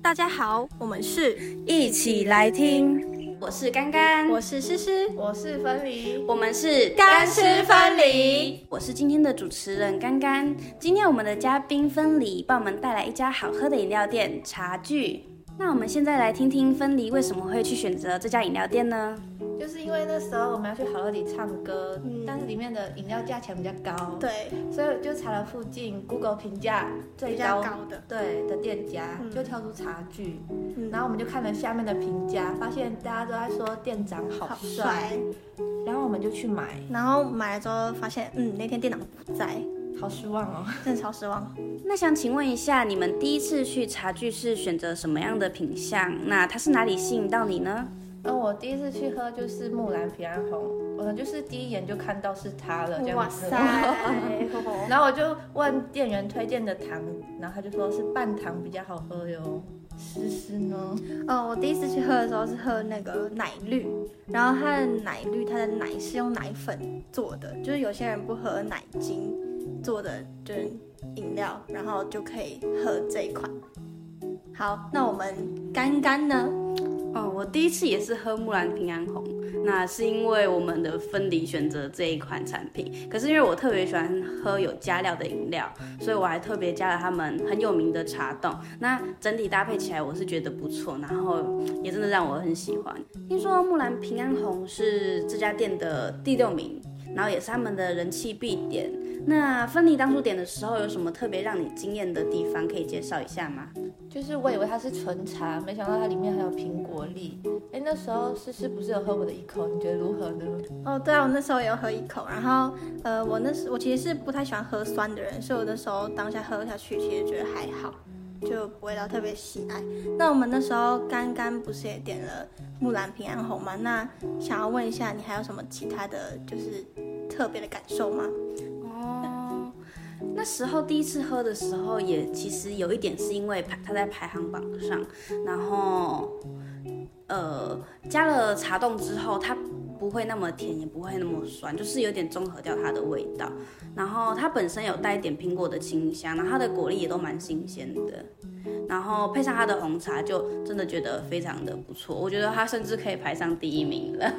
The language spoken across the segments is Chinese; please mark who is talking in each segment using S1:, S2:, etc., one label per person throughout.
S1: 大家好，我们是，
S2: 一起来听。我是干干，
S1: 我是诗诗，
S3: 我是分离，
S2: 我们是
S1: 干湿分离，
S2: 我是今天的主持人干干。今天我们的嘉宾分离帮我们带来一家好喝的饮料店茶具。那我们现在来听听分离为什么会去选择这家饮料店呢？
S3: 就是因为那时候我们要去好乐迪唱歌，
S1: 嗯
S3: 但是里面的饮料价钱比较高，，
S1: 对，
S3: 所以我就查了附近 Google 评价
S1: 比
S3: 最
S1: 较
S3: 高
S1: 高的，
S3: 对的店家，
S1: 嗯
S3: 就挑出茶具，
S1: 嗯
S3: 然后我们就看了下面的评价，发现大家都在说店长好
S1: 好
S3: 帅，
S1: 帅，
S3: 然后我们就去买，
S1: 然后买了之后发现，嗯，那天店长不在，
S3: 好失 望哦。
S1: 真的超失望。
S2: 那想请问一下，你们第一次去茶具是选择什么样的品相？那它是哪里吸引到你呢？
S3: 那哦我第一次去喝就是木兰平安红，我就是第一眼就看到是它了，这样子。 然后我就问店员推荐的糖，然后他就说是半糖比较好喝哟。思思呢？
S1: 哦，我第一次去喝的时候是喝那个奶绿，然后它的奶绿，它的奶是用奶粉做的，就是有些人不喝奶精做的就是饮料，然后就可以喝这一款。好，那我们干干呢？
S2: 哦，我第一次也是喝木兰平安红，那是因为我们的分离选择这一款产品。可是因为我特别喜欢喝有加料的饮料，所以我还特别加了他们很有名的茶冻。那整体搭配起来，我是觉得不错，然后也真的让我很喜欢。听说木兰平安红是这家店的第六名，然后也是他们的人气必点。那分离当初点的时候，有什么特别让你惊艳的地方可以介绍一下吗？
S3: 就是我以为它是纯茶，没想到它里面还有苹果粒。哎，那时候思思不是有喝我的一口，你觉得如何呢？
S1: 哦，对啊，我那时候也有喝一口，然后呃，我那时我其实是不太喜欢喝酸的人，所以我那时候当下喝下去，其实觉得还好，就不会到特别喜爱。那我们那时候刚刚不是也点了木兰平安红吗？那想要问一下，你还有什么其他的就是特别的感受吗？
S2: 哦，那时候第一次喝的时候，也其实有一点是因为排它在排行榜上，然后呃加了茶冻之后，它不会那么甜，也不会那么酸，就是有点中和掉它的味道。然后它本身有带一点苹果的清香，然后它的果粒也都蛮新鲜的。然后配上它的红茶，就真的觉得非常的不错。我觉得它甚至可以排上第一名了。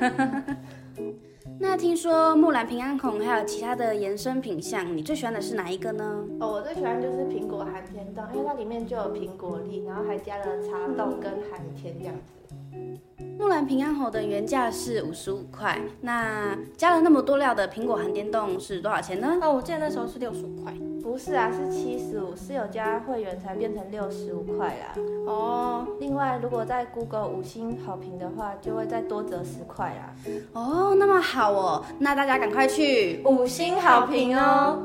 S2: 那听说木兰平安孔还有其他的延伸品项，你最喜欢的是哪一个呢？
S3: 哦，我最喜欢就是苹果寒天冻，因为它里面就有苹果粒，然后还加了茶冻跟寒天这样子。
S2: 木兰平安红的原价是五十五块，那加了那么多料的苹果寒天冻是多少钱呢？
S1: 哦，我记得那时候是六十五块。
S3: 不是啊，是七十五，是有加会员才变成六十五块啦。
S1: 哦，
S3: 另外，如果在 Google 五星好评的话，就会再多折十块啦。
S2: 哦，那么好哦，那大家赶快去。
S3: 五星好评哦！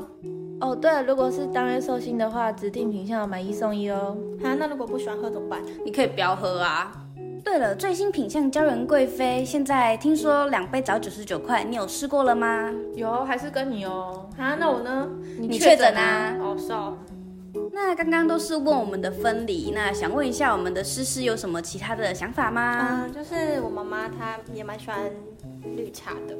S3: 哦，对了，如果是当月寿星的话，指定品项有买一送一哦。
S1: 啊，那如果不喜欢喝怎么办？
S2: 你可以不要喝啊。对了，最新品相娇人贵妃，现在听说两杯只要九十九块，你有试过了吗？
S3: 有，还是跟你哦。
S1: 啊，那我呢？
S2: 你确诊啊
S1: 哦，是哦。
S2: 那刚刚都是问我们的分离，那想问一下我们的诗诗有什么其他的想法吗？
S1: 嗯，就是我妈妈她也蛮喜欢绿茶的。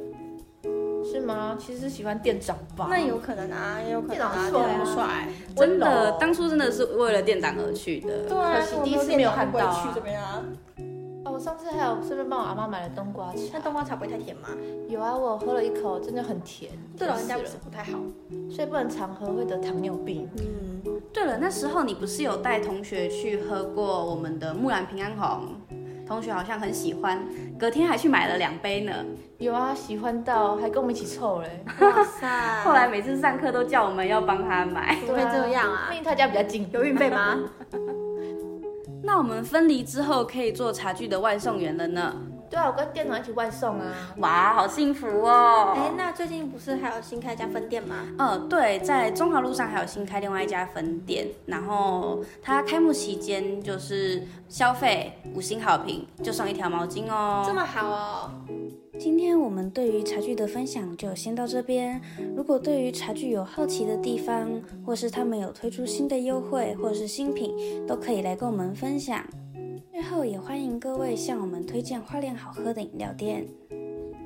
S3: 是吗？其实喜欢店长吧
S1: 那有可能啊，也有可能啊，
S3: 店长帅啊
S1: 很
S3: 哦
S1: 帅。
S2: 真
S3: 温
S2: 的哦
S3: 柔，
S2: 当初真的是为了店长而去的。
S1: 对啊，
S3: 可惜第一次没有看到啊
S1: 去这边啊。
S3: 哦，我上次还有顺便帮我阿妈买了冬瓜
S1: 那
S3: 茶。
S1: 冬瓜茶不会太甜吗？
S3: 有啊，我喝了一口，真的很甜，
S1: 对老人家
S3: 甜
S1: 嗯不
S3: 死
S1: 是不太好。
S3: 了，所以不能常喝会得糖尿病。
S1: 嗯，
S2: 对了，那时候你不是有带同学去喝过我们的木兰平安红，同学好像很喜欢，隔天还去买了两杯呢。
S3: 有啊，喜欢到还跟我们一起凑嘞。
S1: 哇 塞，
S2: 后来每次上课都叫我们要帮他买。
S1: 怎么会这样啊
S3: 毕？竟他家比较近。
S1: 有运费 吗？
S2: 那我们分离之后可以做茶具的外送员了呢。
S3: 对啊，我跟店长一起外送啊。
S2: 哇，好幸福哦！
S1: 哎，那最近不是还有新开一家分店吗？
S2: 呃，对，在中华路上还有新开另外一家分店，然后它开幕期间就是消费五星好评就送一条毛巾哦。
S1: 这么好哦。
S2: 今天我们对于茶具的分享就先到这边。如果对于茶具有好奇的地方，或是他们有推出新的优惠或是新品，都可以来跟我们分享。最后也欢迎各位向我们推荐花莲好喝的饮料店。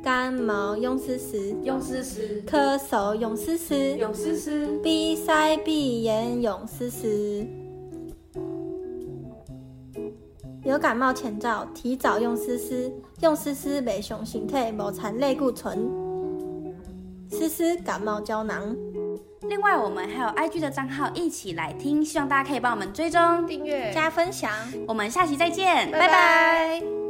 S1: 干毛用丝丝，
S3: 用思思，
S1: 咳嗽用丝丝，
S3: 用思思。
S1: 鼻塞闭眼用丝丝。流感冒前兆，提早用思思，用思思北雄形退某残类固醇，思思感冒胶囊。
S2: 另外，我们还有 IG 的账号一起来听，希望大家可以帮我们追踪、
S3: 订阅
S1: 加分享，
S2: 我们下期再见，
S3: 拜拜
S1: 拜